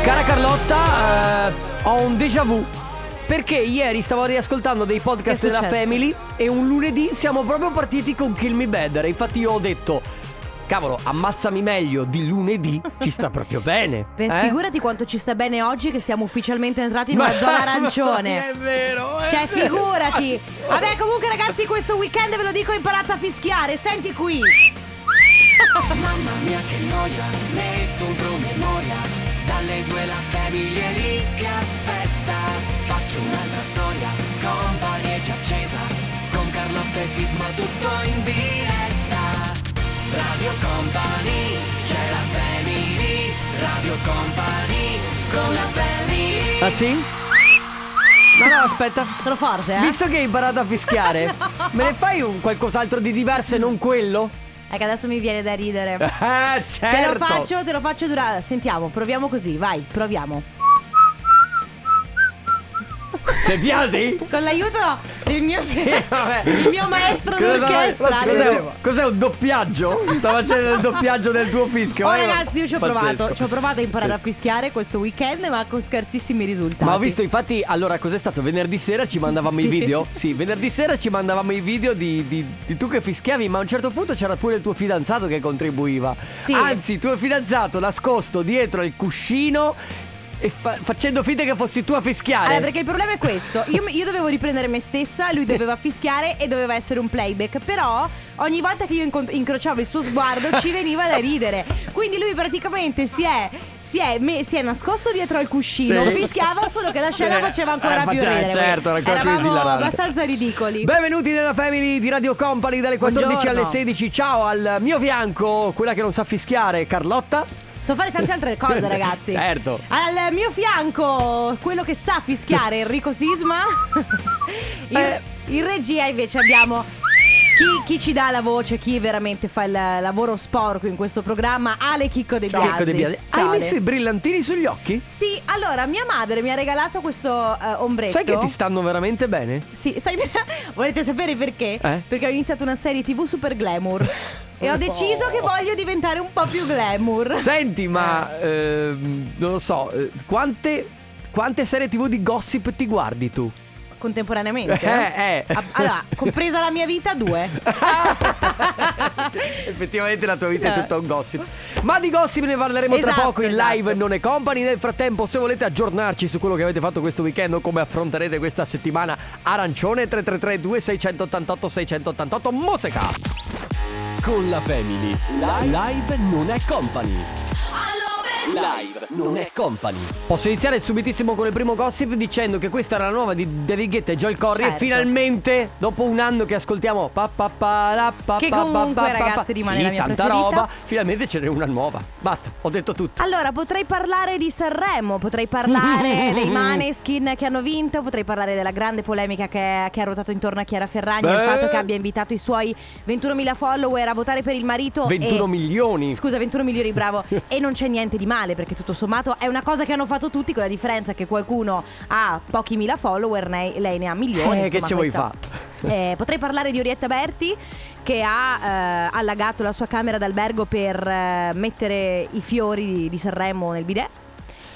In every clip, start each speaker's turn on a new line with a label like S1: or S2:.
S1: Cara Carlotta, eh, ho un déjà vu. Perché ieri stavo riascoltando dei podcast
S2: Che è
S1: della
S2: successo?
S1: Family e un lunedì siamo proprio partiti con Kill Me Better. Infatti io ho detto, cavolo, ammazzami meglio di lunedì, ci sta proprio bene.
S2: Beh,
S1: eh?
S2: Figurati quanto ci sta bene oggi che siamo ufficialmente entrati in
S1: Ma-
S2: una zona arancione.
S1: È vero. è
S2: Cioè,
S1: vero.
S2: figurati. Vabbè, comunque, ragazzi, questo weekend ve lo dico, ho imparato a fischiare. Senti qui.
S3: Mamma mia che noia, metto un promemoria Dalle due la famiglia è lì che aspetta Faccio un'altra storia, company è già accesa Con Carlotta e Sisma tutto in diretta Radio Company, c'è la family Radio Company, con la family
S1: Ah sì? No, no, aspetta.
S2: Sono forte, eh?
S1: Visto che hai imparato a fischiare, me ne fai un qualcos'altro di diverso e non quello?
S2: È che adesso mi viene da ridere.
S1: Ah,
S2: Te
S1: certo.
S2: lo faccio, te lo faccio durare. Sentiamo, proviamo così, vai, proviamo.
S1: Ti piace?
S2: Con l'aiuto del mio,
S1: Sì, vabbè.
S2: il mio maestro
S1: Cosa-
S2: d'orchestra.
S1: Cos'è, cos'è, cos'è un doppiaggio? Sta facendo il doppiaggio del tuo fischio.
S2: Oh
S1: vero?
S2: ragazzi io ci ho
S1: Pazzesco.
S2: provato, ci ho provato a imparare
S1: Pazzesco.
S2: a fischiare questo weekend ma con scarsissimi risultati.
S1: Ma ho visto infatti, allora cos'è stato? Venerdì sera ci mandavamo
S2: Sì.
S1: i video? Sì, venerdì sera ci mandavamo i video di, di- di tu che fischiavi, ma a un certo punto c'era pure il tuo fidanzato che contribuiva.
S2: Sì.
S1: Anzi, tuo fidanzato nascosto dietro il cuscino e fa- facendo finta che fossi tu a fischiare.
S2: Allora, perché il problema è questo. Io, io dovevo riprendere me stessa, lui doveva fischiare e doveva essere un playback. Però ogni volta che io incont- incrociavo il suo sguardo ci veniva da ridere. Quindi lui praticamente si è, si è, me- si è nascosto dietro al cuscino,
S1: Sì.
S2: fischiava solo che la scena
S1: Sì.
S2: faceva ancora
S1: Eh,
S2: più
S1: faceva-
S2: ridere.
S1: certo, era ancora più
S2: Eravamo
S1: esilarante.
S2: abbastanza ridicoli.
S1: Benvenuti nella family di Radio Company dalle 14 alle
S2: Buongiorno.
S1: 16. Ciao al mio fianco, quella che non sa fischiare, Carlotta.
S2: So fare tante altre cose, ragazzi.
S1: Certo.
S2: Al mio fianco, quello che sa fischiare, Enrico Sisma. In,
S1: Eh.
S2: in regia invece abbiamo chi, chi ci dà la voce, chi veramente fa il lavoro sporco in questo programma, Ale Chicco De Biasi.
S1: Checco De Biasi.
S2: Ciao,
S1: Hai
S2: Ale.
S1: messo i brillantini sugli occhi?
S2: Sì, allora mia madre mi ha regalato questo eh, ombretto.
S1: Sai che ti stanno veramente bene?
S2: Sì, sai, volete sapere perché?
S1: Eh?
S2: Perché ho iniziato una serie TV super glamour. e ho deciso
S1: Oh.
S2: che voglio diventare un po' più glamour.
S1: Senti, ma
S2: Eh.
S1: ehm, non lo so, eh, quante, quante serie TV di gossip ti guardi tu?
S2: Contemporaneamente?
S1: Eh, eh.
S2: A- Allora, compresa la mia vita, due.
S1: Effettivamente la tua vita è
S2: No.
S1: tutta un gossip. Ma di gossip ne parleremo tra
S2: Esatto,
S1: poco in
S2: esatto.
S1: live non è company. Nel frattempo, se volete aggiornarci su quello che avete fatto questo weekend o come affronterete questa settimana arancione 333 2688 688 Moseca.
S4: Con la family. Live, non è company. Live non è company.
S1: Posso iniziare subitissimo con il primo gossip dicendo che questa era la nuova di David Guetta e Joel Corry e
S2: Certo.
S1: finalmente dopo un anno che ascoltiamo pa pa pa la pa
S2: Che
S1: pa pa
S2: comunque,
S1: pa pa pa-
S2: ragazzi, rimane
S1: sì,
S2: la mia
S1: tanta
S2: preferita.
S1: roba, finalmente ce n'è una nuova. Basta, ho detto tutto.
S2: Allora, potrei parlare di Sanremo, potrei parlare dei Maneskin che hanno vinto, potrei parlare della grande polemica che, che ha ruotato intorno a Chiara Ferragni, il
S1: Beh.
S2: fatto che abbia invitato i suoi 21.000 follower a votare per il marito.
S1: 21
S2: e-
S1: milioni.
S2: Scusa, 21 milioni, bravo. e non c'è niente di male, perché tutto sommato è una cosa che hanno fatto tutti, con la differenza che qualcuno ha pochi mila follower, ne- lei ne ha milioni.
S1: Eh, che
S2: insomma,
S1: ci vuoi
S2: questa- Eh, potrei parlare di Orietta Berti che ha eh, allagato la sua camera d'albergo per eh, mettere i fiori di Sanremo nel bidet.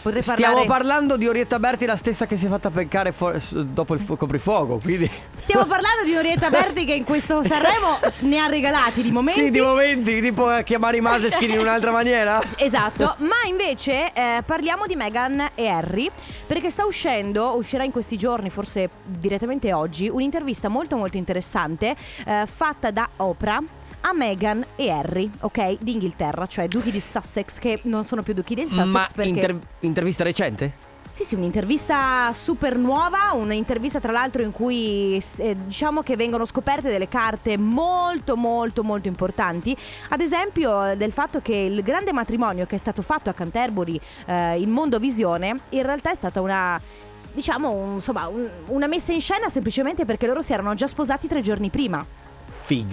S2: Potrei
S1: Stiamo
S2: parlare-
S1: parlando di Orietta Berti, la stessa che si è fatta peccare fu- s- dopo il fu- coprifuoco. Quindi.
S2: Stiamo parlando di Orietta Berti che in questo Sanremo ne ha regalati di momenti. certo.
S1: Sì, di momenti, tipo eh, chiamare i Maseskin in un'altra maniera.
S2: S- Esatto, ma invece eh, parliamo di Meghan e Harry perché sta uscendo, uscirà in questi giorni, forse direttamente oggi, un'intervista molto molto interessante eh, fatta da Oprah a Meghan e Harry, ok? D'Inghilterra, cioè duchi di Sussex che non sono più duchi del Sussex
S1: Ma
S2: perché
S1: inter- intervista recente?
S2: Sì, sì, un'intervista super nuova, un'intervista tra l'altro in cui eh, diciamo che vengono scoperte delle carte molto molto molto importanti, ad esempio eh, del fatto che il grande matrimonio che è stato fatto a Canterbury eh, in Mondovisione in realtà è stata una diciamo un- insomma un- una messa in scena semplicemente perché loro si erano già sposati tre giorni prima.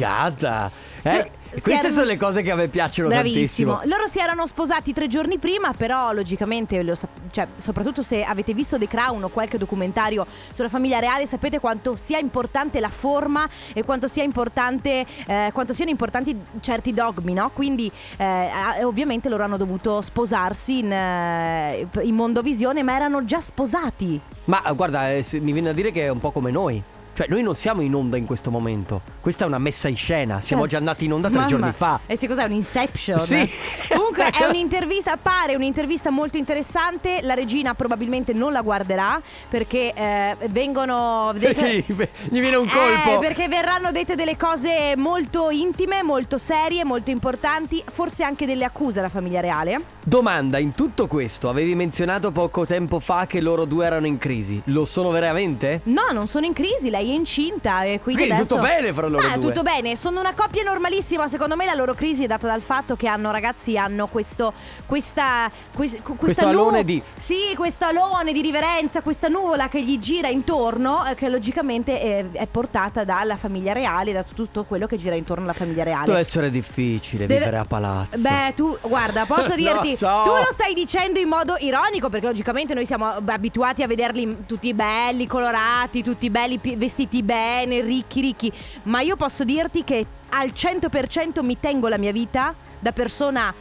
S1: figata.
S2: Loro
S1: Eh,
S2: si
S1: queste
S2: erano-
S1: sono le cose che a me piacciono
S2: Bravissimo.
S1: tantissimo.
S2: Loro si erano sposati tre giorni prima, però logicamente, lo sap- cioè, soprattutto se avete visto The Crown o qualche documentario sulla famiglia reale, sapete quanto sia importante la forma e quanto, sia importante, eh, quanto siano importanti certi dogmi, no? Quindi eh, ah, ovviamente loro hanno dovuto sposarsi in, eh, in mondovisione, ma erano già sposati.
S1: Ma eh, guarda, eh, se- mi viene a dire che è un po' come noi. Cioè, noi non siamo in onda in questo momento. Questa è una messa in scena. Siamo
S2: Certo.
S1: già andati in onda tre
S2: Mamma.
S1: giorni fa.
S2: E se cos'è? Un'inception?
S1: Sì.
S2: Comunque è un'intervista, pare un'intervista molto interessante. La regina probabilmente non la guarderà perché eh, vengono.
S1: Perché gli gli viene un colpo.
S2: Eh, perché verranno dette delle cose molto intime, molto serie, molto importanti, forse anche delle accuse alla famiglia reale.
S1: Domanda, in tutto questo avevi menzionato poco tempo fa che loro due erano in crisi. Lo sono veramente?
S2: No, non sono in crisi, lei è incinta e quindi,
S1: Quindi
S2: adesso...
S1: tutto bene fra loro
S2: Ma
S1: due.
S2: tutto bene, sono una coppia normalissima, secondo me la loro crisi è data dal fatto che hanno ragazzi hanno questo questa quest- cu- questa
S1: Questo alone
S2: nu-
S1: di-
S2: Sì, questo alone di riverenza, questa nuvola che gli gira intorno eh, che logicamente è, è portata dalla famiglia reale, da tutto quello che gira intorno alla famiglia reale.
S1: Deve essere difficile
S2: Deve-
S1: vivere a palazzo.
S2: Beh, tu guarda, posso
S1: Lo
S2: dirti,
S1: so.
S2: tu lo stai dicendo in modo ironico perché logicamente noi siamo ab- abituati a vederli tutti belli, colorati, tutti belli, pi- vestiti bene, ricchi, ricchi, ma io posso dirti che al 100% mi tengo la mia vita da persona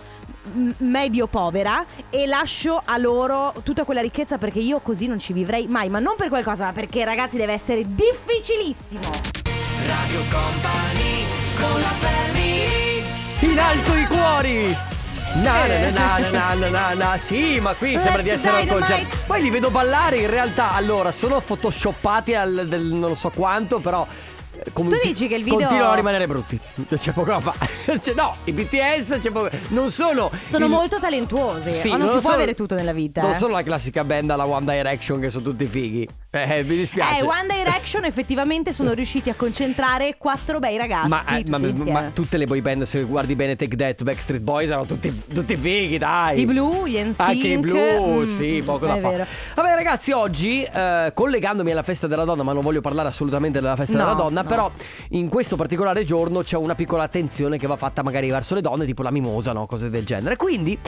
S2: m- medio povera e lascio a loro tutta quella ricchezza perché io così non ci vivrei mai, ma non per qualcosa, ma perché ragazzi deve essere difficilissimo.
S3: Radio Company con la family
S1: In alto i cuori! Na na na na na na na na Sì, ma qui sembra di
S2: Let's
S1: essere al
S2: dynamite.
S1: concerto. Poi li vedo ballare, in realtà, allora, sono photoshoppati al del non so quanto, però. eh, com-
S2: Tu dici che il video-
S1: Continuano a rimanere brutti. C'è poco da fare. Cioè, no, i BTS c'è poco. Non sono.
S2: Sono
S1: il-
S2: molto talentuose,
S1: Sì,
S2: Eh, ma non, si può
S1: sono-
S2: avere tutto nella vita.
S1: Non
S2: eh.
S1: sono la classica band alla One Direction che sono tutti fighi. Eh, mi dispiace.
S2: Eh, One Direction effettivamente sono riusciti a concentrare quattro bei ragazzi
S1: Ma, eh,
S2: tutti
S1: ma- ma-
S2: insieme.
S1: ma tutte le boy band, se guardi bene Take That, Backstreet Boys, erano tutti, tutti fighi, dai.
S2: I blu, gli NSYNC
S1: Anche Ah, i blu,
S2: mm,
S1: sì, poco da
S2: è
S1: fare.
S2: vero.
S1: Vabbè ragazzi, oggi eh, collegandomi alla festa della donna, ma non voglio parlare assolutamente della festa
S2: No,
S1: della donna,
S2: no.
S1: però in questo particolare giorno c'è una piccola attenzione che va fatta magari verso le donne, tipo la mimosa, no? cose del genere. Quindi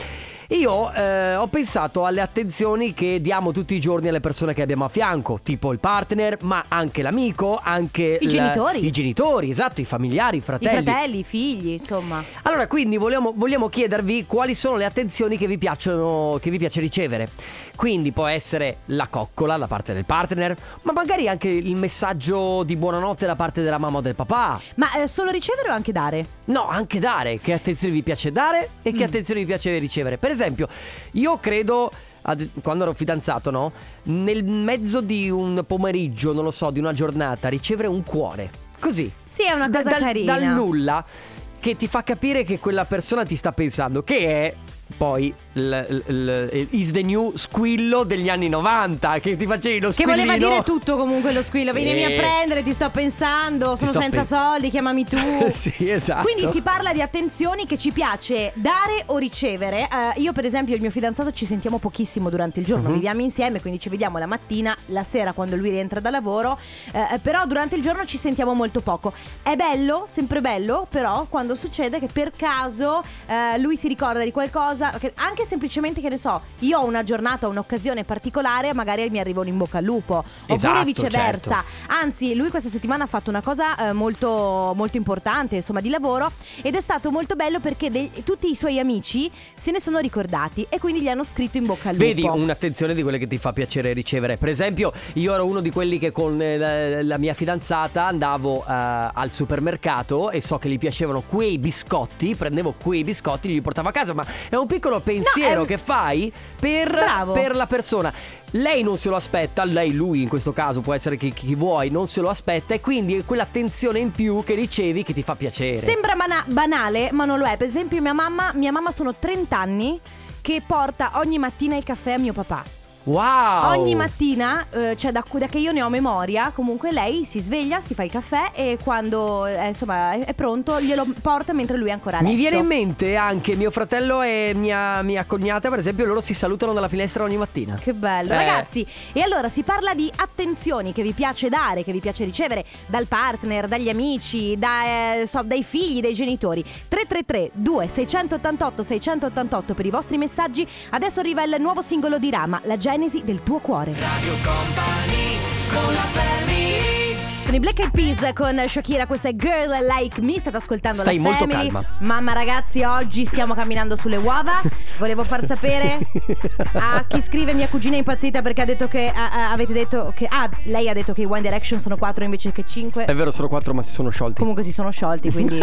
S1: io eh, ho pensato alle attenzioni che diamo tutti i giorni alle persone che abbiamo a fianco, tipo il partner, ma anche l'amico, anche
S2: I
S1: il-
S2: genitori.
S1: I genitori, esatto, i familiari, i
S2: I
S1: fratelli.
S2: fratelli, i figli, insomma.
S1: Allora, quindi vogliamo, vogliamo chiedervi quali sono le attenzioni che vi piacciono, che vi piace ricevere. Quindi può essere la coccola da parte del partner, ma magari anche il messaggio di buonanotte da parte della mamma o del papà.
S2: Ma eh, solo ricevere o anche dare?
S1: No, anche dare. Che attenzioni vi piace dare e
S2: Mm.
S1: che attenzioni vi piace ricevere. Per esempio, io credo. ad- quando ero fidanzato, no? Nel mezzo di un pomeriggio, non lo so, di una giornata, ricevere un cuore. Così.
S2: Sì, è una
S1: Da-
S2: cosa
S1: dal-
S2: carina.
S1: Dal nulla. Che ti fa capire che quella persona ti sta pensando. Che è. Poi l- l- l- is the new squillo degli anni 90 che ti facevi lo
S2: Che
S1: squillino
S2: voleva dire tutto comunque lo squillo. Venimi
S1: Eh.
S2: a prendere, ti sto pensando,
S1: Ti
S2: sono
S1: sto
S2: senza
S1: pe-
S2: soldi, chiamami tu.
S1: Sì, esatto.
S2: Quindi si parla di attenzioni che ci piace dare o ricevere. Eh, io, per esempio, e il mio fidanzato ci sentiamo pochissimo durante il
S1: Mhm.
S2: giorno, viviamo insieme, quindi ci vediamo la mattina, la sera quando lui rientra da lavoro. eh, però durante il giorno ci sentiamo molto poco. È bello, sempre bello, però quando succede che per caso eh, lui si ricorda di qualcosa, che- anche semplicemente che ne so, io ho una giornata, un'occasione particolare, magari mi arriva un in bocca al lupo,
S1: Esatto,
S2: oppure viceversa. Anzi, lui questa settimana ha fatto una cosa eh, molto, molto importante, insomma, di lavoro. Ed è stato molto bello perché dei- tutti i suoi amici se ne sono ricordati e quindi gli hanno scritto in bocca al lupo.
S1: Vedi un'attenzione di quelle che ti fa piacere ricevere. Per esempio, io ero uno di quelli che con eh, la, la mia fidanzata andavo eh, al supermercato e so che gli piacevano quei biscotti, prendevo quei biscotti e li portavo a casa, ma è un piccolo pensiero
S2: un-
S1: che fai per,
S2: Bravo.
S1: per la persona. Lei non se lo aspetta, lei, lui in questo caso può essere chi, chi vuoi, non se lo aspetta e quindi è quell'attenzione in più che ricevi che ti fa piacere.
S2: Sembra bana- banale, ma non lo è. Per esempio, mia mamma, mia mamma sono 30 anni che porta ogni mattina il caffè a mio papà.
S1: Wow!
S2: Ogni mattina, eh, cioè da, da che io ne ho memoria, comunque lei si sveglia, si fa il caffè e quando eh, insomma è, è pronto glielo porta mentre lui è ancora a letto.
S1: Mi viene in mente anche mio fratello e mia, mia cognata, per esempio, loro si salutano dalla finestra ogni mattina.
S2: Che bello,
S1: Eh.
S2: ragazzi. E allora si parla di attenzioni che vi piace dare, che vi piace ricevere dal partner, dagli amici, da, eh, so, dai figli, dai genitori. 333 2688 688 per i vostri messaggi. Adesso arriva il nuovo singolo di Rama, La genesi del tuo cuore. Sono i Black Eyed Peas con Shakira, questa è Girl Like Me, state ascoltando
S1: Stai
S2: la
S1: molto
S2: Family.
S1: calma.
S2: Mamma ragazzi, oggi stiamo camminando sulle uova. Volevo far sapere
S1: Sì.
S2: a chi scrive mia cugina è impazzita perché ha detto che ah, ah, avete detto che ah, lei ha detto che i One Direction sono 4 invece che 5.
S1: È vero, sono quattro, ma si sono sciolti.
S2: Comunque si sono sciolti, quindi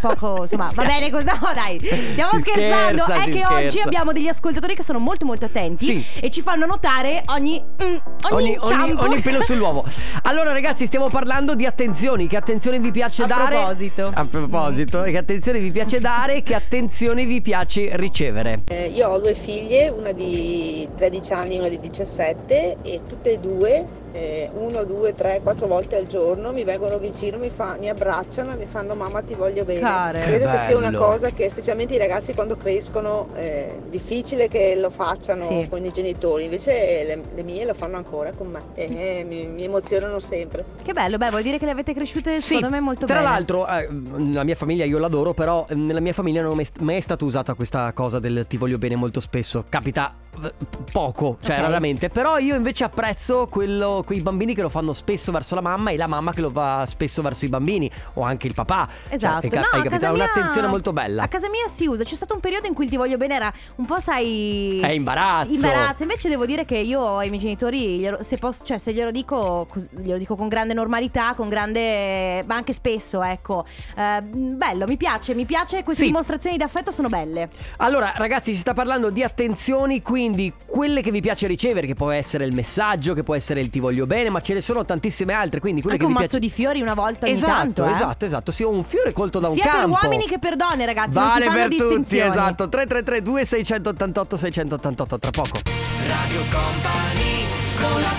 S2: poco, insomma, va bene così. No, dai, stiamo
S1: Si
S2: scherzando.
S1: scherza,
S2: è
S1: si
S2: che oggi
S1: scherza.
S2: abbiamo degli ascoltatori che sono molto molto attenti
S1: Sì.
S2: e ci fanno notare ogni mm, ogni, inciampo.
S1: ogni pelo sull'uovo. Allora, ragazzi, stiamo parlando di attenzioni. Che attenzione vi piace
S2: A
S1: dare?
S2: proposito.
S1: A proposito, che attenzione vi piace dare? Che attenzione vi piace ricevere?
S5: Eh, Io ho due figlie, una di 13 anni e una di 17 e tutte e due, eh, uno, due, tre, quattro volte al giorno mi vengono vicino, mi, fa- mi abbracciano e mi fanno mamma ti voglio bene.
S2: Care.
S5: Credo
S1: Che
S5: che sia una
S1: bello.
S5: cosa che specialmente i ragazzi quando crescono è difficile che lo facciano
S2: Sì.
S5: con i genitori, invece eh, le, le mie lo fanno ancora con me e eh, mi- mi emozionano sempre.
S2: Che bello, beh, vuol dire che le avete cresciute
S1: Sì,
S2: secondo me molto
S1: Tra
S2: bene.
S1: l'altro, eh, la mia famiglia io l'adoro, però eh, nella mia famiglia non è mai- mai è stata usata questa cosa del ti voglio bene molto spesso. Capita eh, poco, cioè
S2: Ok.
S1: raramente. Però io invece apprezzo quello- quei bambini che lo fanno spesso verso la mamma e la mamma che lo fa spesso verso i bambini, o anche il papà.
S2: Esatto,
S1: Cioè, è ca-
S2: no,
S1: hai
S2: a
S1: capito?
S2: casa
S1: È
S2: mia-
S1: un'attenzione molto bella.
S2: A casa mia si usa, c'è stato un periodo in cui il ti voglio bene era un po', sai...
S1: È imbarazzo.
S2: Imbarazzo, invece devo dire che io ai miei genitori, glielo- se, posso, cioè, se glielo dico, cos- glielo dico con grande normalità, con grande... ma anche spesso, ecco. Eh, bello, mi piace, mi piace, queste
S1: Sì.
S2: dimostrazioni di affetto sono belle.
S1: Allora, ragazzi, si sta parlando di attenzioni, quindi quelle che vi piace ricevere, che può essere il messaggio, che può essere il ti voglio bene, ma ce ne sono tantissime altre. Quindi quelle
S2: anche
S1: che
S2: un
S1: vi
S2: mazzo
S1: piace...
S2: di fiori una volta ogni
S1: esatto,
S2: tanto. eh.
S1: Esatto, esatto, sì, un fiore colto da un
S2: Sia per
S1: campo.
S2: uomini che per donne, ragazzi, non si
S1: Vale
S2: fanno
S1: per tutti,
S2: distinzioni.
S1: esatto. 333 2688 688 tra poco. Radio Company con la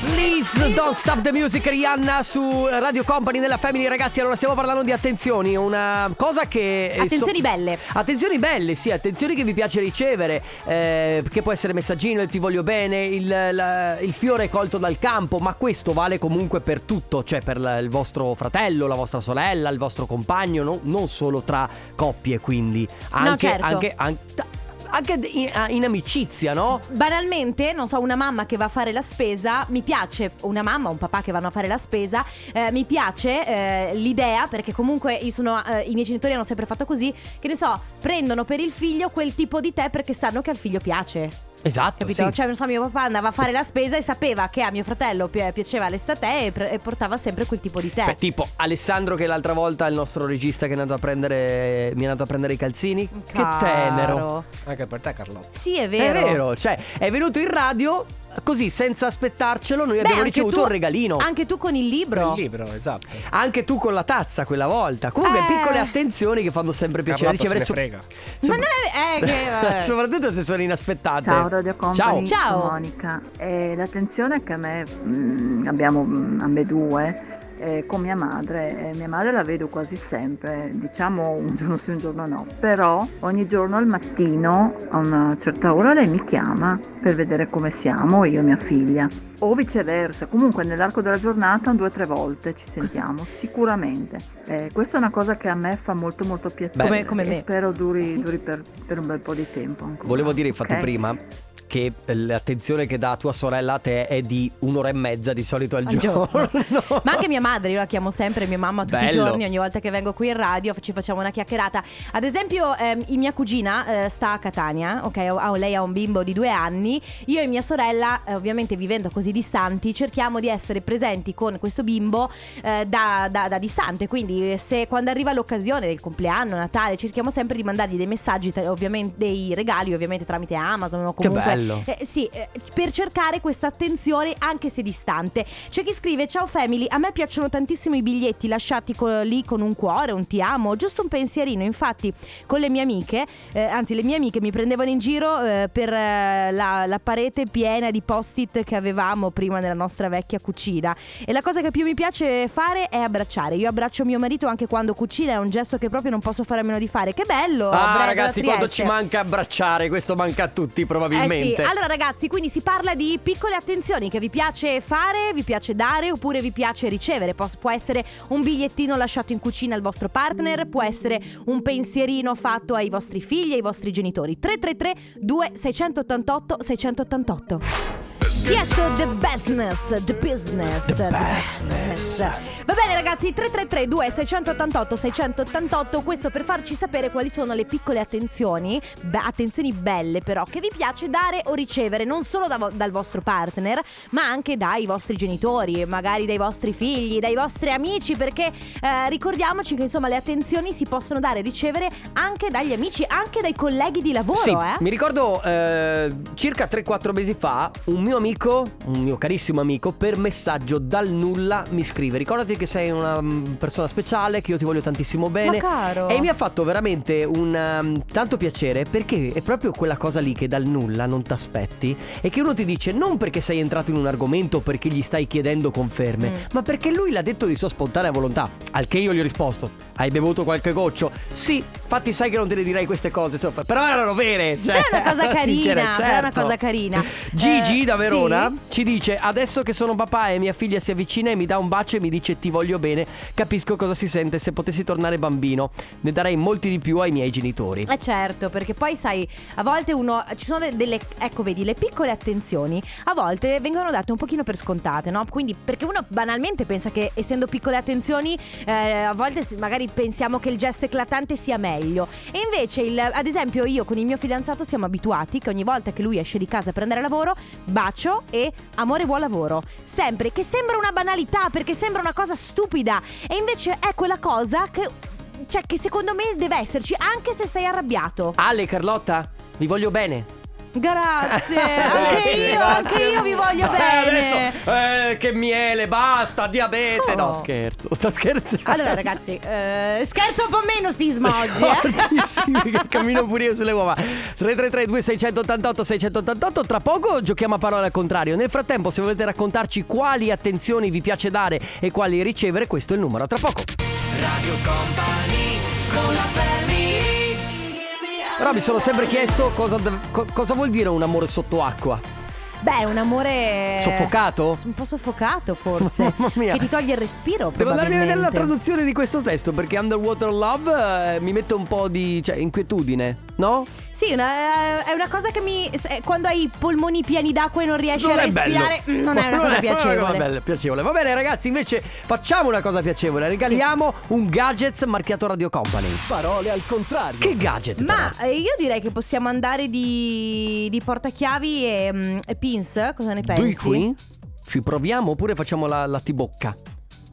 S1: Please don't stop the music Rihanna su Radio Company nella Family ragazzi allora stiamo parlando di attenzioni una cosa che eh,
S2: Attenzioni belle.
S1: Attenzioni belle, sì, attenzioni che vi piace ricevere, eh, che può essere messaggino, il ti voglio bene, il, la- il fiore colto dal campo, ma questo vale comunque per tutto, cioè per la- il vostro fratello, la vostra sorella, il vostro compagno, no- non solo tra coppie, quindi anche,
S2: certo.
S1: anche, an- anche in, in amicizia, no?
S2: Banalmente, non so, una mamma che va a fare la spesa, mi piace, una mamma o un papà che vanno a fare la spesa, eh, mi piace eh, l'idea, perché comunque io sono, eh, i miei genitori hanno sempre fatto così, che ne so, prendono per il figlio quel tipo di tè perché sanno che al figlio piace,
S1: Esatto,
S2: capito?
S1: sì.
S2: Cioè, non so, mio papà andava a fare la spesa e sapeva che a mio fratello pi- piaceva l'estate e, pre- e portava sempre quel tipo di tè.
S1: Cioè, tipo Alessandro che l'altra volta è il nostro regista che è andato a prendere mi è andato a prendere i calzini.
S2: Caro.
S1: Che tenero. Anche per te Carlotta.
S2: Sì, è vero.
S1: È vero, cioè è venuto in radio così senza aspettarcelo, noi
S2: Beh,
S1: abbiamo
S2: anche
S1: ricevuto
S2: tu-
S1: un regalino.
S2: Anche tu con il libro.
S6: libro, esatto.
S1: Anche tu con la tazza quella volta. Comunque
S2: Eh.
S1: piccole attenzioni che fanno sempre piacere
S6: Carlotta
S1: ricevere.
S6: se ne frega.
S1: sopra-
S2: Ma non è- eh, che- vabbè.
S1: Soprattutto se sono inaspettate.
S7: Ciao Radio
S1: Ciao.
S7: Company,
S2: Ciao.
S7: sono Monica. Eh, l'attenzione che a me mm, abbiamo mm, ambedue eh, con mia madre, eh, mia madre la vedo quasi sempre, diciamo un giorno sì, un giorno no, però ogni giorno al mattino a una certa ora lei mi chiama per vedere come siamo io e mia figlia, o viceversa, comunque nell'arco della giornata un due o tre volte ci sentiamo, sicuramente. Eh, questa è una cosa che a me fa molto molto piacere
S2: Come- come
S7: e
S2: me.
S7: spero duri, duri per, per un bel po' di tempo ancora.
S1: Volevo dire infatti
S7: ok?
S1: prima che l'attenzione che dà tua sorella a te è di un'ora e mezza di solito al,
S2: Al giorno.
S1: giorno.
S2: Ma anche mia madre, io la chiamo sempre, mia mamma tutti i
S1: Bello.
S2: giorni, ogni volta che vengo qui in radio ci facciamo una chiacchierata. Ad esempio, ehm, i- mia cugina eh, sta a Catania, ok? Ha- ha- lei ha un bimbo di due anni, io e mia sorella, eh, ovviamente vivendo così distanti, cerchiamo di essere presenti con questo bimbo eh, da, da- da distante, quindi eh, se quando arriva l'occasione del compleanno, Natale, cerchiamo sempre di mandargli dei messaggi, tra- ovviamente dei regali, ovviamente tramite Amazon o
S1: Che
S2: comunque
S1: bello.
S2: eh, sì, eh, per cercare questa attenzione anche se distante. C'è chi scrive: Ciao family, a me piacciono tantissimo i biglietti lasciati co- lì con un cuore, un ti amo, giusto un pensierino. Infatti, con le mie amiche, eh, anzi, le mie amiche mi prendevano in giro eh, per eh, la, la parete piena di post-it che avevamo prima nella nostra vecchia cucina. E la cosa che più mi piace fare è abbracciare. Io abbraccio mio marito anche quando cucina, è un gesto che proprio non posso fare a meno di fare. Che bello!
S1: Ah,
S2: Breda
S1: ragazzi,
S2: da
S1: quando
S2: Trieste.
S1: ci manca abbracciare, questo manca a tutti, probabilmente.
S2: Eh sì. Allora ragazzi, quindi si parla di piccole attenzioni che vi piace fare, vi piace dare oppure vi piace ricevere. Pos- può essere un bigliettino lasciato in cucina al vostro partner, può essere un pensierino fatto ai vostri figli, ai vostri genitori. 333 2688 688. Chiesto the business, the business, the business. Va bene ragazzi, 333 2688 688, questo per farci sapere quali sono le piccole attenzioni, be- attenzioni belle però, che vi piace dare o ricevere, non solo da vo- dal vostro partner, ma anche dai vostri genitori, magari dai vostri figli, dai vostri amici, perché eh, ricordiamoci che insomma le attenzioni si possono dare e ricevere anche dagli amici, anche dai colleghi di lavoro,
S1: Sì,
S2: eh.
S1: mi ricordo eh, circa 3-4 mesi fa un mio amico, un mio carissimo amico, per messaggio dal nulla mi scrive ricordati che sei una mm, persona speciale, che io ti voglio tantissimo
S2: Ma
S1: bene
S2: caro.
S1: e mi ha fatto veramente un um, tanto piacere perché è proprio quella cosa lì che dal nulla non t'aspetti e che uno ti dice non perché sei entrato in un argomento o perché gli stai chiedendo conferme,
S2: Mm.
S1: ma perché lui l'ha detto di sua spontanea volontà. Al che io gli ho risposto: Hai bevuto qualche goccio? Sì, infatti sai che non te ne direi queste cose, insomma, però erano vere. Cioè,
S2: Però è una cosa carina,
S1: sincere,
S2: però è una
S1: certo.
S2: cosa carina.
S1: Gigi
S2: Eh,
S1: da Verona
S2: sì.
S1: ci dice: Adesso che sono papà e mia figlia si avvicina e mi dà un bacio e mi dice ti voglio bene, capisco cosa si sente. Se potessi tornare bambino, ne darei molti di più ai miei genitori.
S2: Eh certo, perché poi sai, a volte uno ci sono de- delle ecco, vedi, le piccole attenzioni a volte vengono date un pochino per scontate, no? Quindi perché uno banalmente pensa che essendo piccole attenzioni eh, a volte si- magari pensiamo che il gesto eclatante sia meglio. E invece il- ad esempio io con il mio fidanzato siamo abituati che ogni volta che lui esce di casa per andare a lavoro, bacio e amore buon lavoro. Sempre che sembra una banalità, perché sembra una cosa stupida e invece è quella cosa che cioè, che secondo me deve esserci anche se sei arrabbiato.
S1: Ale, Carlotta, vi voglio bene.
S2: Grazie, anche io, anche io vi voglio
S1: Eh,
S2: bene.
S8: Eh,
S1: che miele, basta, diabete.
S2: No,
S8: Oh.
S1: No, scherzo, sto scherzando.
S2: Allora, ragazzi, eh, scherzo un po' meno sisma oggi. eh.
S1: Oggi sì, perché cammino pure io sulle uova. 333 2688 688 tra poco giochiamo a parole al contrario. Nel frattempo, se volete raccontarci quali attenzioni vi piace dare e quali ricevere, questo è il numero. A Tra poco. Però mi sono sempre chiesto cosa, dev- co- cosa vuol dire un amore sotto acqua.
S2: Beh, un amore.
S1: Soffocato?
S2: Un po' soffocato, forse.
S1: Mamma mia.
S2: Che ti toglie il respiro.
S1: Devo andarmi a vedere la
S2: probabilmente.
S1: traduzione di questo testo perché Underwater Love eh, mi mette un po' di cioè, inquietudine, no?
S2: Sì, una- eh, è una cosa che mi. se- Quando hai i polmoni pieni d'acqua e non riesci
S1: Non
S2: a
S1: è bello.
S2: Cioè, respirare, mm, non è una cosa piacevole.
S1: cosa bella- piacevole. Va bene, ragazzi, invece facciamo una cosa piacevole. Regaliamo un gadget marchiato Radio Company.
S4: Parole al contrario.
S1: Che gadget?
S2: Ma eh, io direi che possiamo andare di, di portachiavi e, mm, e pins. Cosa ne
S1: però?
S2: pensi?
S1: Dui qui? Ci proviamo oppure facciamo la, la tibocca?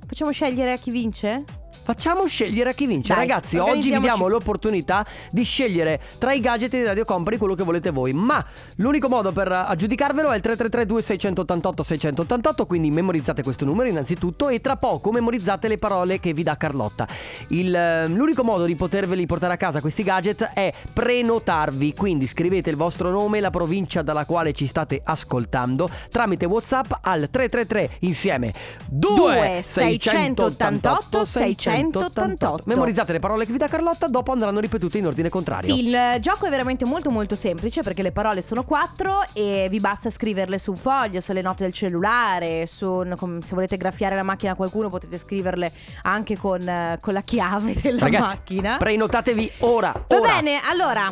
S2: Facciamo scegliere a chi vince?
S1: Facciamo scegliere a chi vince.
S2: Dai,
S1: Ragazzi, oggi vi
S2: organizziamoci.
S1: diamo l'opportunità di scegliere tra i gadget di Radio Company quello che volete voi. Ma l'unico modo per aggiudicarvelo è il 333-2688-688. Quindi memorizzate questo numero innanzitutto e tra poco memorizzate le parole che vi dà Carlotta. Il, eh, l'unico modo di poterveli portare a casa questi gadget è prenotarvi. Quindi scrivete il vostro nome e la provincia dalla quale ci state ascoltando tramite WhatsApp al 333 insieme 2 688 688. Memorizzate le parole che vi dà Carlotta, dopo andranno ripetute in ordine contrario.
S2: Sì, il eh, gioco è veramente molto molto semplice perché le parole sono quattro e vi basta scriverle su un foglio, sulle note del cellulare, su- com- se volete graffiare la macchina a qualcuno potete scriverle anche con, eh, con la chiave della
S1: Ragazzi,
S2: macchina.
S1: prenotatevi ora.
S2: Va
S1: ora.
S2: bene, allora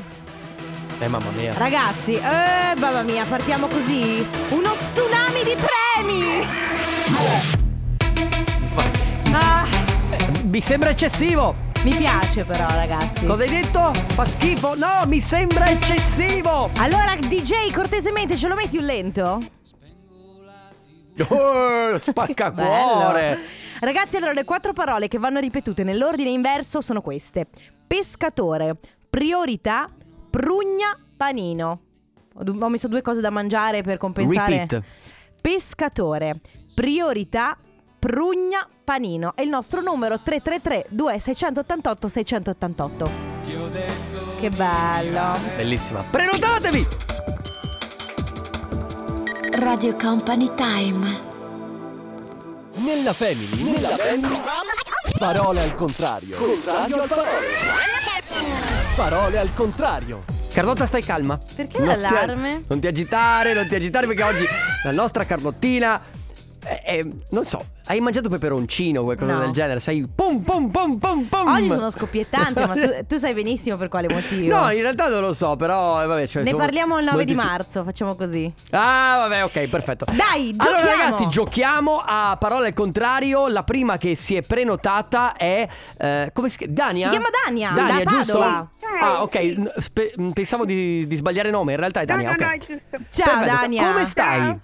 S1: Eh mamma mia.
S2: ragazzi, eh, mamma mia, partiamo così. Uno tsunami di premi! Ah,
S1: Mi sembra eccessivo.
S2: mi piace però ragazzi.
S1: Cosa hai detto? Fa schifo. No, mi sembra eccessivo.
S2: Allora DJ cortesemente ce lo metti un lento?
S1: Oh, spacca cuore.
S2: Bello. Ragazzi, allora le quattro parole che vanno ripetute nell'ordine inverso sono queste: pescatore, priorità, prugna, panino. Ho, du- ho messo due cose da mangiare per compensare.
S1: Repeat.
S2: Pescatore, priorità, prugna, panino. È il nostro numero 333-2688-688. Che bello.
S1: Bellissima. Prenotatevi!
S6: Radio Company Time.
S4: Nella family, nella family. Parole al contrario. Contrario al parole. Parole al contrario.
S1: Carlotta, stai calma.
S2: Perché
S1: Non ti-
S2: l'allarme?
S1: non ti agitare, non ti agitare perché oggi la nostra Carlottina. è- è- non so, hai mangiato peperoncino o qualcosa
S2: No.
S1: del genere? Sei pom pom pom pom pom.
S2: Oggi sono scoppiettante, ma tu, tu sai benissimo per quale motivo.
S1: Mm. No, in realtà non lo so, però eh, vabbè, cioè,
S2: ne
S1: sono
S2: parliamo il 9 di
S1: moltissimi-
S2: marzo, facciamo così.
S1: Ah, vabbè, ok, perfetto.
S2: Dai,
S1: Allora,
S2: giochiamo!
S1: ragazzi, giochiamo a parole al contrario. La prima che si è prenotata è. eh, come si chiama? Dania?
S2: Si chiama Dania,
S1: Dania,
S2: da
S1: giusto?
S2: Padova.
S1: Ah, ok. n- spe- m, pensavo di, di sbagliare nome, in realtà è Dania.
S9: no,
S1: ok.
S9: no, è giusto.
S2: Ciao
S1: Perfetto.
S2: Dania.
S1: Come stai?
S9: Ciao.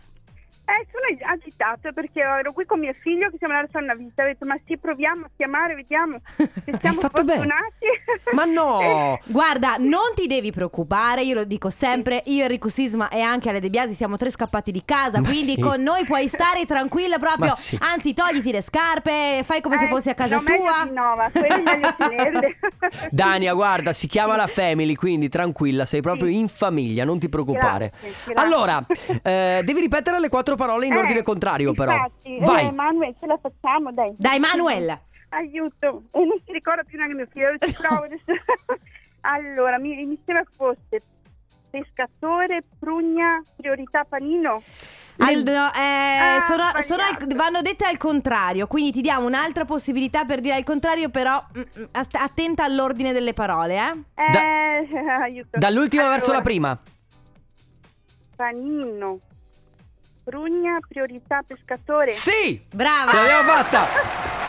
S9: Eh, sono agitata perché ero qui con mio figlio che siamo alla sua vita. Ho detto, ma sì, proviamo a chiamare, vediamo se siamo
S1: fatto bene.
S9: fortunati.
S1: Ma no!
S2: Guarda, non ti devi preoccupare, io lo dico sempre, io Enrico Sisma e anche Ale De Biasi siamo tre scappati di casa,
S1: Ma
S2: quindi
S1: sì.
S2: con noi puoi stare tranquilla proprio,
S1: Ma sì.
S2: anzi togliti le scarpe, fai come se
S9: Eh,
S2: fossi a casa
S9: no, meglio
S2: tua.
S9: di no, ma quello è meglio tenerle.
S1: Dania, guarda, si chiama la Family, quindi tranquilla, sei proprio in famiglia, non ti preoccupare.
S9: Grazie, grazie.
S1: Allora, eh, devi ripetere le quattro parole in
S9: Eh,
S1: ordine contrario, però.
S9: infatti.
S1: Vai.
S9: Eh, Manuel, ce la facciamo, dai.
S2: Dai Manuel.
S9: Aiuto. E non si ricorda più neanche mio figlio. Ci provo adesso. allora, mi, mi sembra che fosse pescatore, prugna, priorità panino.
S2: Al- no, eh, sono-
S9: Ah, sbagliato.
S2: sono al- vanno dette al contrario, quindi ti diamo un'altra possibilità per dire al contrario, però mm, mm, att- attenta all'ordine delle parole, eh.
S9: Eh,
S1: Da-
S9: aiuto.
S1: Dall'ultima verso la
S9: Allora,
S1: prima.
S9: Panino. Prugna, priorità pescatore.
S1: Sì!
S2: Brava.
S1: Ce l'abbiamo fatta!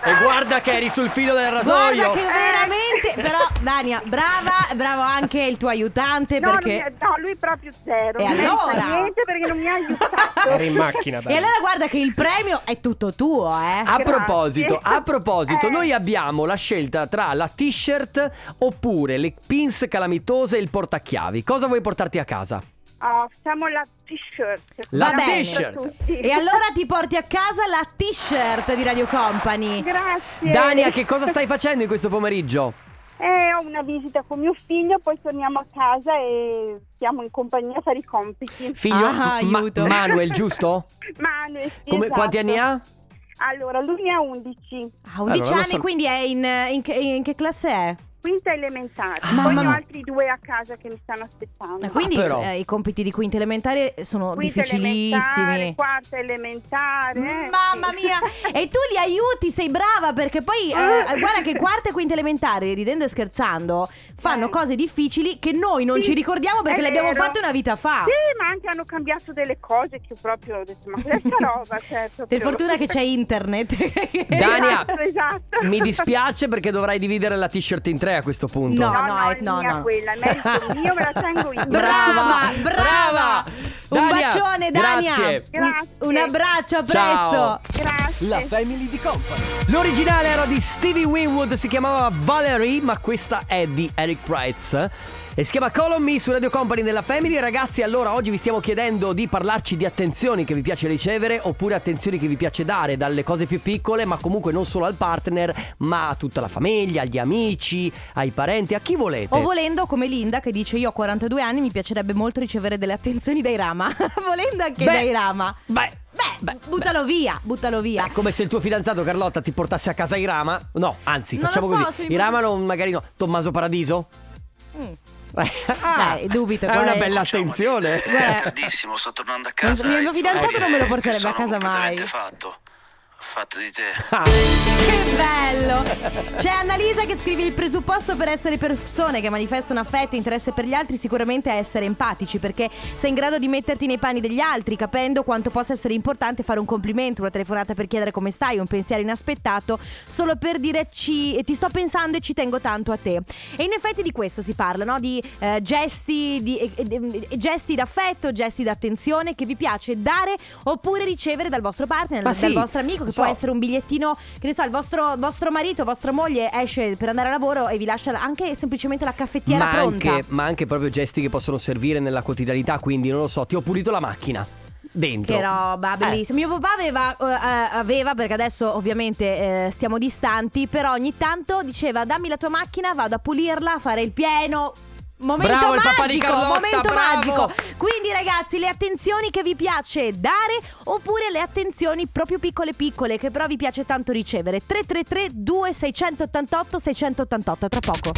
S1: E guarda che eri sul filo del rasoio!
S2: Guarda che veramente, però Dania, brava, bravo anche il tuo aiutante
S9: No, non
S2: perché
S9: mi ha- no, lui proprio zero.
S2: E
S9: non mi ha
S2: allora?
S9: detto niente perché non mi ha aiutato.
S8: Eri in macchina,
S2: E
S8: dai.
S2: allora guarda che il premio è tutto tuo, eh.
S1: A
S9: Grazie.
S1: proposito, a proposito,
S9: Eh.
S1: noi abbiamo la scelta tra la t-shirt oppure le pins calamitose e il portachiavi. Cosa vuoi portarti a casa?
S9: Ah, facciamo la t-shirt.
S1: La
S9: Va bene.
S1: t-shirt.
S9: Tutti.
S2: E allora ti porti a casa la t-shirt di Radio Company.
S9: Grazie.
S1: Dania, che cosa stai facendo in questo pomeriggio?
S9: Eh, ho una visita con mio figlio, poi torniamo a casa e siamo in compagnia a fare i compiti.
S1: Figlio
S2: Ah,
S1: Ma-
S2: aiuto.
S1: Manuel, giusto?
S9: Manuel, sì,
S1: Come-
S9: esatto.
S1: Quanti anni ha?
S9: Allora, lui ne ha 11,
S2: Ha 11
S1: Allora, lo
S2: anni,
S1: so-
S2: quindi è in, in che, in che classe è?
S9: quinta elementare.
S1: Ah,
S9: poi
S1: mamma
S9: ne ho
S1: mia.
S9: altri due a casa che mi stanno aspettando.
S2: Quindi
S1: Ah, però.
S2: eh, i compiti di quinta elementare sono
S9: Quinta elementare,
S2: difficilissimi.
S9: quarta elementare. eh,
S2: Mamma
S9: sì.
S2: mia! E tu li aiuti, sei brava perché poi eh, guarda che quarta e quinta elementare, ridendo e scherzando, fanno
S9: Eh.
S2: cose difficili che noi non
S9: Sì,
S2: ci ricordiamo perché
S9: è
S2: le abbiamo
S9: vero.
S2: fatte una vita fa.
S9: Sì, ma anche hanno cambiato delle cose che proprio ho detto, ma questa roba, cioè,
S2: Per
S9: proprio-
S2: fortuna che c'è internet.
S1: Dania,
S9: Esatto, esatto.
S1: mi dispiace perché dovrai dividere la t-shirt in tre a questo punto.
S2: No,
S9: No,
S2: no,
S9: no,
S2: eh,
S9: è
S2: no,
S9: mia
S2: no.
S9: quella, è merito mio, me la tengo io.
S2: Brava, brava. Un
S1: Dania,
S2: bacione, Dania.
S1: Grazie.
S9: Grazie.
S2: Un, un abbraccio, a
S1: Ciao.
S2: presto.
S9: Grazie.
S4: La family di company.
S1: L'originale era di Stevie Winwood, si chiamava Valerie, ma questa è di Eric Price. E si chiama Column Me su Radio Company della Family. Ragazzi, allora oggi vi stiamo chiedendo di parlarci di attenzioni che vi piace ricevere oppure attenzioni che vi piace dare, dalle cose più piccole, ma comunque non solo al partner, ma a tutta la famiglia, agli amici, ai parenti, a chi volete.
S2: O volendo, come Linda che dice: Io ho 42 anni, mi piacerebbe molto ricevere delle attenzioni dai Rama. volendo anche
S1: Beh,
S2: dai Rama.
S1: Beh,
S2: Beh, buttalo via, buttalo via.
S1: È come se il tuo fidanzato Carlotta ti portasse a casa Irama. No, anzi,
S2: Non lo
S1: facciamo
S2: so, se
S1: così.
S2: mi-
S1: Irama non, magari no. Tommaso Paradiso?
S2: Mm.
S1: Ah,
S2: Dai, dubito,
S1: È una
S2: guarda.
S1: bella
S10: Facciamoci
S1: attenzione.
S10: vedere,
S2: Guarda.
S10: È tardissimo, sto tornando a
S2: mio
S10: casa. e ti
S2: fidanzato
S10: voglio
S2: non me lo
S10: dire
S2: porterebbe
S10: che
S2: a casa
S10: sono completamente
S2: mai.
S10: fatto. Fatto di te.
S2: Che bello! C'è Annalisa che scrive il presupposto per essere persone che manifestano affetto e interesse per gli altri sicuramente è essere empatici perché sei in grado di metterti nei panni degli altri capendo quanto possa essere importante fare un complimento, una telefonata per chiedere come stai, un pensiero inaspettato solo per dire ci, ti sto pensando e ci tengo tanto a te. E in effetti di questo si parla, no? di eh, gesti, di, eh, eh, eh, gesti d'affetto, gesti d'attenzione che vi piace dare oppure ricevere dal vostro partner,
S1: Ma
S2: dal
S1: sì,
S2: vostro amico che che
S1: lo
S2: può
S1: so.
S2: essere un bigliettino, che ne so, il vostro, vostro marito, vostra moglie esce per andare a lavoro e vi lascia la- anche semplicemente la caffettiera
S1: ma
S2: pronta.
S1: anche, ma anche proprio gesti che possono servire nella quotidianità, quindi non lo so, ti ho pulito la macchina dentro. Eh.
S2: Che roba, bellissima. Mio papà aveva, eh, aveva, perché adesso ovviamente eh, stiamo distanti, però ogni tanto diceva dammi la tua macchina, vado a pulirla, a fare il pieno. Momento
S1: Bravo il
S2: magico,
S1: papà di Carlotta,
S2: momento
S1: bravo!
S2: magico. Quindi ragazzi, le attenzioni che vi piace dare oppure le attenzioni proprio piccole piccole che però vi piace tanto ricevere. 333 2688 688 tra poco.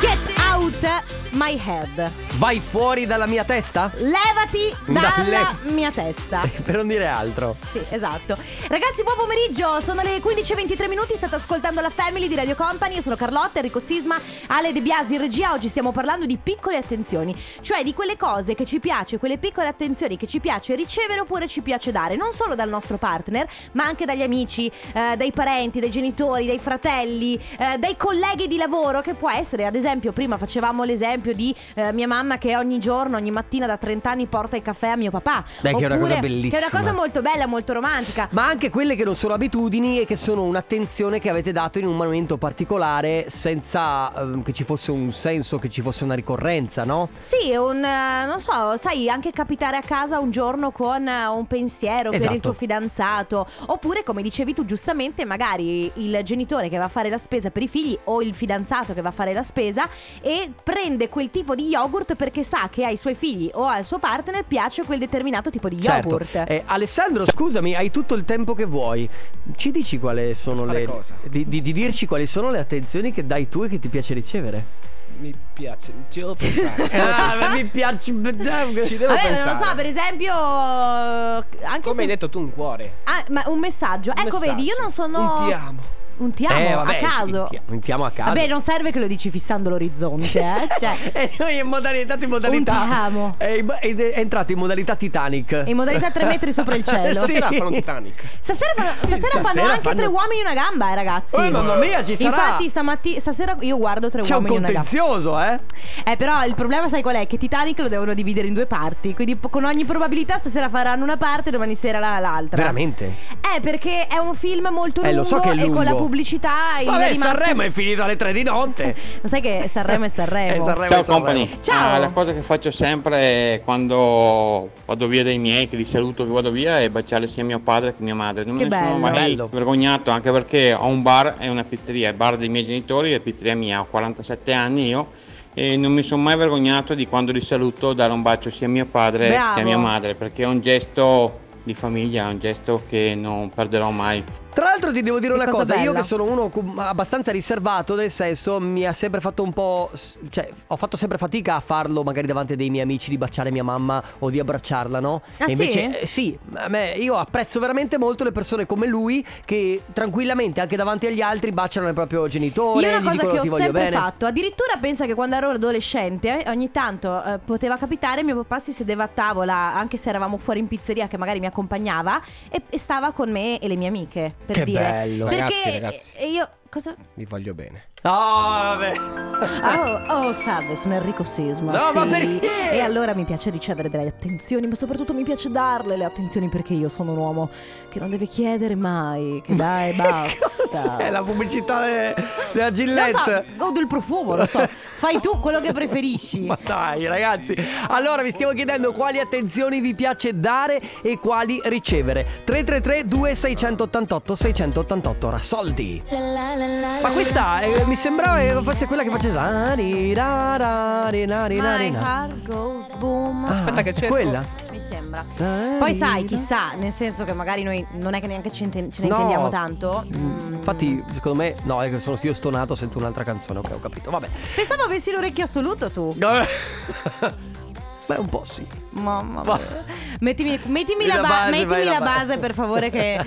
S2: Get out my head.
S1: Vai fuori dalla mia testa?
S2: Levati dalla
S1: Dalle-
S2: mia testa.
S1: per non dire altro.
S2: Sì, esatto. Ragazzi, buon pomeriggio. Sono le 15.23 minuti. State ascoltando la Family di Radio Company. Io sono Carlotta, Enrico Sisma, Ale De Biasi in regia. Oggi stiamo parlando di piccole attenzioni, cioè di quelle cose che ci piace, quelle piccole attenzioni che ci piace ricevere oppure ci piace dare, non solo dal nostro partner, ma anche dagli amici, eh, dai parenti, dai genitori, dai fratelli, eh, dai colleghi di lavoro, che può essere, ad esempio, prima facevamo l'esempio di eh, mia mamma che ogni giorno, ogni mattina da 30 anni porta il caffè a mio papà.
S1: Beh, che è una cosa
S2: Oppure- Che è
S1: bellissima.
S2: una cosa molto bella, molto romantica.
S1: Ma anche quelle che non sono abitudini e che sono un'attenzione che avete dato in un momento particolare senza ehm, che ci fosse un senso, che ci fosse una ricorrenza, no?
S2: Sì, è un eh, non so, sai, anche capitare a casa un giorno con eh, un pensiero per
S1: Esatto.
S2: il tuo fidanzato, oppure come dicevi tu giustamente, magari il genitore che va a fare la spesa per i figli o il fidanzato che va a fare la spesa e prende quel tipo di yogurt perché sa che ai suoi figli o al suo partner piace quel determinato tipo di
S1: Certo.
S2: yogurt.
S1: Eh, Alessandro, scusami, hai tutto il tempo che vuoi. Ci dici quali sono
S8: fare
S1: le.
S8: cosa?
S1: Di, di- di dirci quali sono le attenzioni che dai tu e che ti piace ricevere.
S8: Mi piace, ci devo pensare. ci devo
S1: Ah, ma
S8: pensare.
S1: mi piace.
S8: Ci devo
S2: Vabbè, non
S8: pensare.
S2: lo so, per esempio eh, anche
S8: Come
S2: se-
S8: hai detto tu, un cuore.
S2: Ah, ma un messaggio.
S8: Un
S2: ecco, vedi, io
S8: messaggio.
S2: non sono
S8: Un ti amo.
S2: Un ti amo
S1: Eh, vabbè,
S2: a caso.
S1: ti- ti- ti amo a caso.
S2: Vabbè, non serve che lo dici fissando l'orizzonte, eh? Cioè,
S1: E noi in modalità di modalità.
S2: Un ti amo.
S1: È, ed è entrato in modalità Titanic.
S2: in modalità 3 metri sopra il cielo.
S1: Sì.
S8: Stasera farò un Titanic.
S2: Stasera, fanno, stasera
S1: Stasera
S2: fanno anche
S1: fanno-
S2: tre uomini e una gamba, eh, ragazzi.
S1: Oh, mamma mia, ci sarà.
S2: Infatti, stamattina, stasera io guardo tre
S1: C'è un
S2: uomini e una gamba.
S1: contenzioso, eh?
S2: Eh, però il problema, sai qual è? Che Titanic lo devono dividere in due parti. Quindi, po- con ogni probabilità, stasera faranno una parte e domani sera la- l'altra.
S1: Veramente?
S2: Eh, perché è un film molto
S1: Eh,
S2: lungo,
S1: lo so che è
S2: e con la
S1: lungo.
S2: pubblicità. in linea
S1: Vabbè,
S2: di massima-
S1: Sanremo è finito alle tre di notte.
S2: Lo sai che Sanremo è Sanremo.
S1: Eh, Sanremo è
S11: Ciao
S1: Sanremo.
S11: company.
S2: Ciao.
S11: Ah, la cosa che faccio sempre è quando vado via dai miei, che li saluto che vado via, è baciare sia mio padre che mia madre. Non
S2: Che
S11: mi sono
S2: bello.
S11: mai
S1: Bello.
S11: vergognato, anche perché ho un bar e una pizzeria, il bar dei miei genitori e pizzeria mia, ho 47 anni io. E non mi sono mai vergognato di quando li saluto dare un bacio sia a mio padre che
S2: Bravo.
S11: a mia madre, perché è un gesto di famiglia, è un gesto che non perderò mai.
S1: Tra l'altro ti devo dire
S2: Che
S1: una
S2: cosa
S1: cosa, io
S2: bella.
S1: che sono uno cu- abbastanza riservato, nel senso mi ha sempre fatto un po'... s- cioè ho fatto sempre fatica a farlo magari davanti dei miei amici, di baciare mia mamma o di abbracciarla, no?
S2: Ah,
S1: e
S2: sì?
S1: invece eh, sì, a me, io apprezzo veramente molto le persone come lui che tranquillamente anche davanti agli altri baciano il proprio genitore.
S2: Io una
S1: gli
S2: cosa
S1: dicono
S2: che ho
S1: ti voglio
S2: sempre
S1: bene.
S2: fatto, addirittura pensa che quando ero adolescente, eh, ogni tanto eh, poteva capitare, mio papà si sedeva a tavola, anche se eravamo fuori in pizzeria che magari mi accompagnava, e, e stava con me e le mie amiche, per
S1: Che
S2: dire.
S1: bello.
S2: Perché
S8: Ragazzi, ragazzi.
S2: eh, io... Cosa?
S8: Vi voglio bene.
S1: Ah, vabbè.
S2: Oh, oh, salve, sono Enrico Sisma.
S1: No,
S2: sì.
S1: ma perché?
S2: E allora mi piace ricevere delle attenzioni, ma soprattutto mi piace darle le attenzioni perché io sono un uomo che non deve chiedere mai, che dai, basta.
S1: È la pubblicità de- della
S2: Lo
S1: eh, Gillette.
S2: so, o del profumo, lo so. Fai tu quello che preferisci.
S1: Ma dai, ragazzi. Allora, vi stiamo chiedendo quali attenzioni vi piace dare e quali ricevere. 333 2688 688 ora soldi. Ma questa eh, mi sembrava che fosse quella che faceva
S2: My
S1: Aspetta
S2: heart goes boom.
S8: Ah, che cerco.
S1: Quella.
S2: Mi sembra. Poi sai, chissà, nel senso che magari noi non è che neanche ce, inte- ce ne
S1: No.
S2: intendiamo tanto. Mm.
S1: Infatti, secondo me, no, è che sono io stonato, sento un'altra canzone, ok, ho capito. Vabbè.
S2: Pensavo avessi l'orecchio assoluto tu.
S1: Beh, un po' sì.
S2: Mamma
S1: Va-
S2: mia. Mettimi, mettimi
S1: Mi
S2: la,
S1: la
S2: ba-
S1: base,
S2: mettimi
S1: vai la
S2: la
S1: ba-
S2: base per favore che...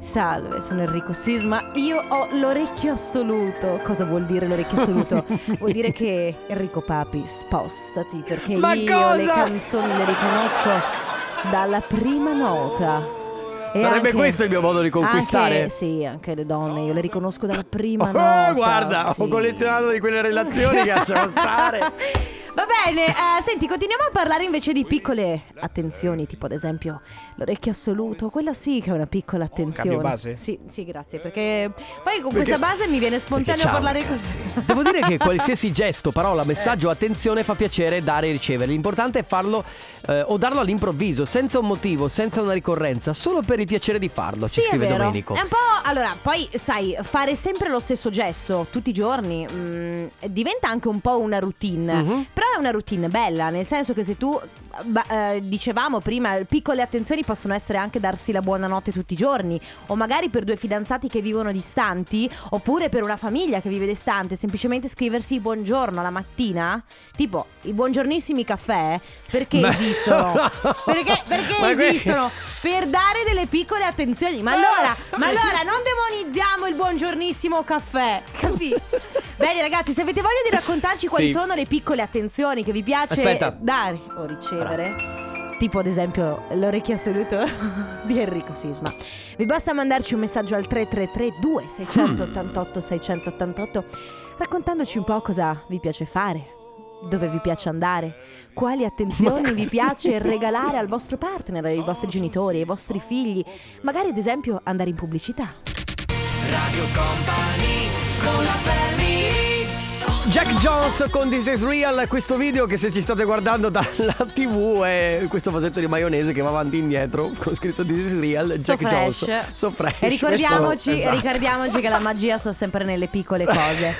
S2: Salve, sono Enrico Sisma. Io ho l'orecchio assoluto. Cosa vuol dire l'orecchio assoluto? vuol dire che Enrico Papi, spostati perché
S1: Ma
S2: io le
S1: cosa?
S2: canzoni le riconosco dalla prima nota. E
S1: Sarebbe questo il mio modo di conquistare?
S2: anche- sì, anche le donne, io le riconosco dalla prima
S1: Oh,
S2: nota.
S1: guarda,
S2: sì.
S1: ho collezionato di quelle relazioni che lasciamo stare.
S2: Va bene, eh, senti, continuiamo a parlare invece di piccole attenzioni, tipo ad esempio l'orecchio assoluto, quella sì che è una piccola attenzione.
S8: Cambio base?
S2: Sì, sì, grazie, perché poi con
S1: Perché-
S2: questa base mi viene spontaneo
S1: ciao,
S2: parlare
S1: ragazzi.
S2: con
S1: Devo dire che qualsiasi gesto, parola, messaggio, attenzione fa piacere dare e ricevere. L'importante è farlo eh, o darlo all'improvviso, senza un motivo, senza una ricorrenza, solo per il piacere di farlo, ci
S2: Sì,
S1: scrive
S2: è vero.
S1: Domenico.
S2: È un po'. Allora, poi sai, fare sempre lo stesso gesto tutti i giorni mm, diventa anche un po' una routine.
S1: Mhm.
S2: Però è una routine bella, nel senso che se tu. ba- eh, dicevamo prima, piccole attenzioni possono essere anche darsi la buonanotte tutti i giorni, o magari per due fidanzati che vivono distanti, oppure per una famiglia che vive distante, semplicemente scriversi buongiorno la mattina, tipo i buongiornissimi caffè, perché
S1: Ma-
S2: esistono? perché perché
S1: Ma que-
S2: esistono? Per dare delle piccole attenzioni. Ma allora, ma allora non demonizziamo il buongiornissimo caffè, capì? Bene ragazzi, se avete voglia di raccontarci quali
S1: Sì.
S2: sono le piccole attenzioni che vi piace
S1: Aspetta.
S2: dare o ricevere, tipo ad esempio l'orecchio assoluto di Enrico Sisma, vi basta mandarci un messaggio al 3332 688 688 raccontandoci un po' cosa vi piace fare, dove vi piace andare, quali attenzioni vi piace regalare al vostro partner, ai vostri genitori, ai vostri figli, magari ad esempio andare in pubblicità.
S3: Radio Company con la family
S1: Jack Jones con This is Real, questo video che se ci state guardando dalla TV è questo vasetto di maionese che va avanti e indietro con scritto This is Real,
S2: So
S1: Jack
S2: fresh.
S1: Jones. So fresh.
S2: E
S1: Questo-
S2: ricordiamoci,
S1: esatto.
S2: ricordiamoci che la magia sta sempre nelle piccole cose.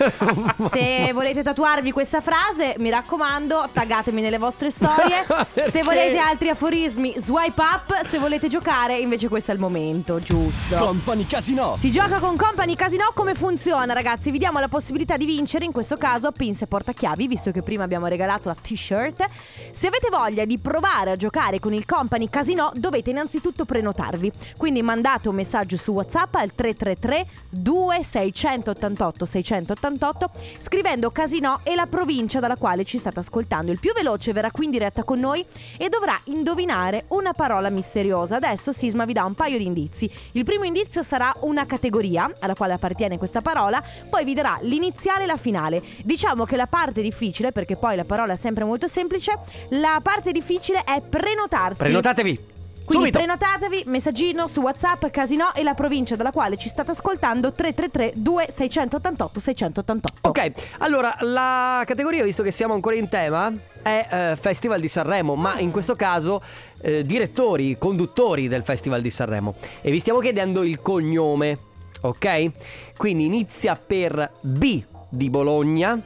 S2: Se volete tatuarvi questa frase, mi raccomando, taggatemi nelle vostre storie.
S1: Perché?
S2: Se volete altri aforismi, swipe up. Se volete giocare, invece questo è il momento, giusto?
S4: Company Casino.
S2: Si gioca con Company Casino, come funziona ragazzi? Vi diamo la possibilità di vincere, in questo caso pinze e portachiavi, visto che prima abbiamo regalato la t-shirt. Se avete voglia di provare a giocare con il Company Casino, dovete innanzitutto prenotarvi. Quindi mandate un messaggio su WhatsApp al 333 2688 688 scrivendo Casino e la provincia dalla quale ci state ascoltando. Il più veloce verrà qui in diretta con noi e dovrà indovinare una parola misteriosa. Adesso Sisma vi dà un paio di indizi. Il primo indizio sarà una categoria alla quale appartiene questa parola, poi vi darà l'iniziale e la finale. Diciamo che la parte difficile, perché poi la parola è sempre molto semplice, la parte difficile è prenotarsi.
S1: Prenotatevi.
S2: Quindi
S1: Subito.
S2: prenotatevi, messaggino su WhatsApp, Casino e la provincia dalla quale ci state ascoltando 333 2688 688.
S1: Ok, allora la categoria, visto che siamo ancora in tema, è eh, Festival di Sanremo, ma in questo caso eh, direttori, conduttori del Festival di Sanremo. E vi stiamo chiedendo il cognome, ok? Quindi inizia per B di Bologna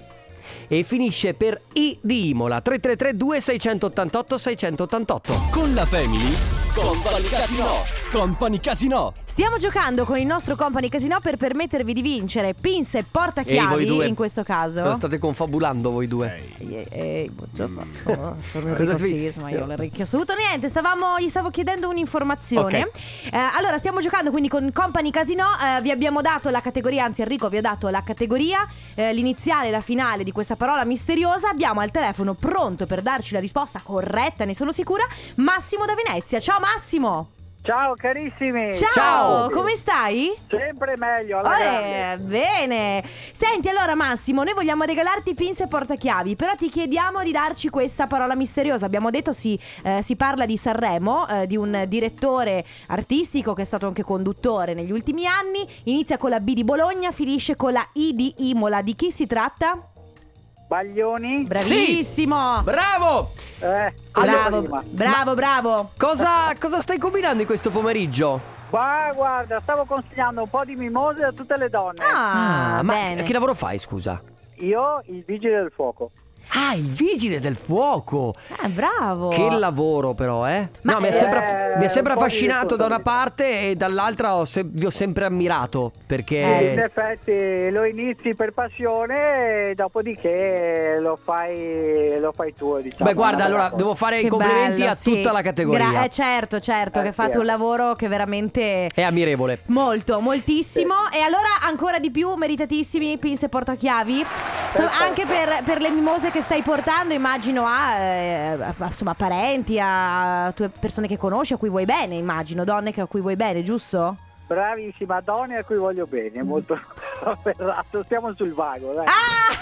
S1: e finisce per I di Imola. 3332 688 688.
S4: Con la family. Company Casino. Company Casino.
S2: Stiamo giocando con il nostro company casino per permettervi di vincere pinze e portachiavi in questo
S1: Cosa
S2: caso.
S1: state confabulando voi due?
S2: Ehi, ehi, buongiorno. Oh,
S1: Cosa
S2: sono Enrico
S1: svi-
S2: Sisma, io l'Enrico assoluto. Niente, stavamo, gli stavo chiedendo un'informazione. Eh, allora, stiamo giocando quindi con Company Casino. eh, vi abbiamo dato la categoria, anzi, Enrico vi ha dato la categoria, eh, l'iniziale e la finale di questa parola misteriosa. Abbiamo al telefono pronto per darci la risposta corretta, ne sono sicura. Massimo da Venezia. Ciao Massimo!
S12: Ciao
S9: Eh,
S12: carissimi!
S2: Ciao, come stai?
S12: Sempre meglio, alla grande.
S2: Eh, bene. Senti, allora Massimo, noi vogliamo regalarti pinze e portachiavi, però ti chiediamo di darci questa parola misteriosa. Abbiamo detto si, eh, si parla di Sanremo, eh, di un direttore artistico che è stato anche conduttore negli ultimi anni. Inizia con la B di Bologna, finisce con la I di Imola. Di chi si tratta?
S12: Baglioni?
S2: Bravissimo!
S1: Bravo!
S12: Eh,
S2: Bravo,
S12: prima.
S2: bravo, bravo.
S1: Cosa, cosa stai combinando in questo pomeriggio?
S12: Ma guarda, stavo consigliando un po' di mimose a tutte le donne.
S2: Ah,
S1: ma
S2: bene.
S1: che lavoro fai, scusa?
S12: Io, il vigile del fuoco.
S1: Ah, il vigile del fuoco!
S2: Eh, bravo.
S1: Che lavoro però, eh?
S2: Ma-
S1: no, mi è
S2: Eh,
S1: sempre, mi è sempre
S12: un po' di
S1: affascinato da una parte e dall'altra ho se- vi ho sempre ammirato
S12: Eh, In
S1: perché...
S12: effetti lo inizi per passione e dopodiché lo fai, lo fai tuo, diciamo.
S1: Beh guarda,
S12: Una bella
S1: allora
S12: cosa.
S1: devo fare i
S2: Che
S1: complimenti
S2: bello,
S1: a
S2: sì.
S1: tutta la categoria.
S2: Gra- eh, certo, certo, che
S12: Eh,
S2: fate
S12: sì,
S2: un
S12: eh.
S2: lavoro che veramente
S1: È ammirevole.
S2: Molto, moltissimo. E allora ancora di più, meritatissimi pinze e portachiavi. So-
S12: Perfetto.
S2: anche per, per le mimose che stai portando, immagino a, eh, a- a- insomma, parenti, a tue persone che conosci, a cui vuoi bene, immagino, donne che- a cui vuoi bene, giusto? Mm.
S11: Bravissima donna a cui voglio bene, molto afferrato. Stiamo sul vago, dai.
S2: Ah!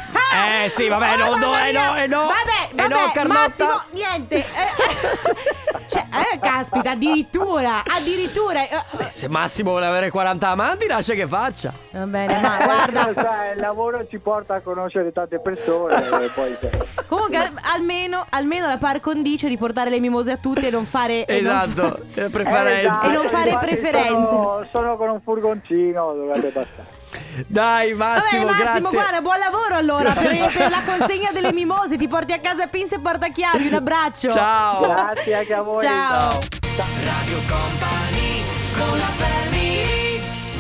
S8: Eh sì, vabbè, no, no, eh no, eh no.
S2: Vabbè,
S8: Eh
S2: vabbè,
S8: no, Carlotta.
S2: Massimo, niente. Eh, eh, cioè, eh, caspita, addirittura, addirittura. eh,
S1: Esatto.
S8: Beh, se Massimo vuole avere 40 amanti, lascia che faccia.
S2: Va bene, ma guarda.
S11: Sai, il lavoro ci porta a conoscere tante persone e poi sai,
S2: Comunque, al- almeno, almeno la par condice di portare le mimose a tutti e non fare. e non-
S8: Esatto, eh,
S11: Eh, dai,
S8: preferenze.
S2: E non fare
S1: Esatto.
S11: infatti
S2: preferenze.
S11: Sono, sono con un furgoncino, dovrebbe bastare.
S8: Dai, Massimo,
S2: Vabbè, Massimo, guarda,
S8: grazie.
S2: buon lavoro allora per,
S8: Grazie.
S2: per la consegna delle mimose. Ti porti a casa pinze e portachiavi. Un abbraccio.
S8: Ciao.
S11: Grazie anche a voi.
S2: Ciao.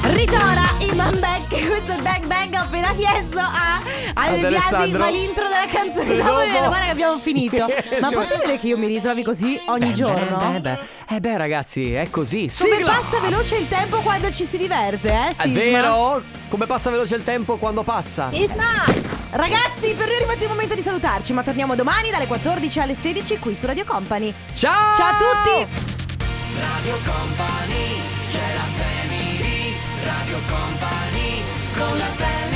S2: Ritora il man back. Questo è Bang Bang. Ho appena chiesto a
S8: Ad
S2: alle Biasi
S8: Alessandro.
S2: ma l'intro della canzone.
S8: E
S2: No,
S8: dopo-
S2: Guarda guarda che abbiamo finito. Ma è possibile che io mi ritrovi così ogni giorno?
S8: Eh beh, eh beh, ragazzi, è così.
S2: Come
S8: Sigla!
S2: passa veloce il tempo quando ci si diverte, eh?
S8: È
S2: Sisma?
S8: vero? Come passa veloce il tempo quando passa?
S2: Ragazzi, per noi è arrivato il momento di salutarci, ma torniamo domani dalle 14 alle 16 qui su Radio Company.
S8: Ciao!
S2: Ciao a tutti!
S13: Radio Company, c'è la family, Radio Company, con la family.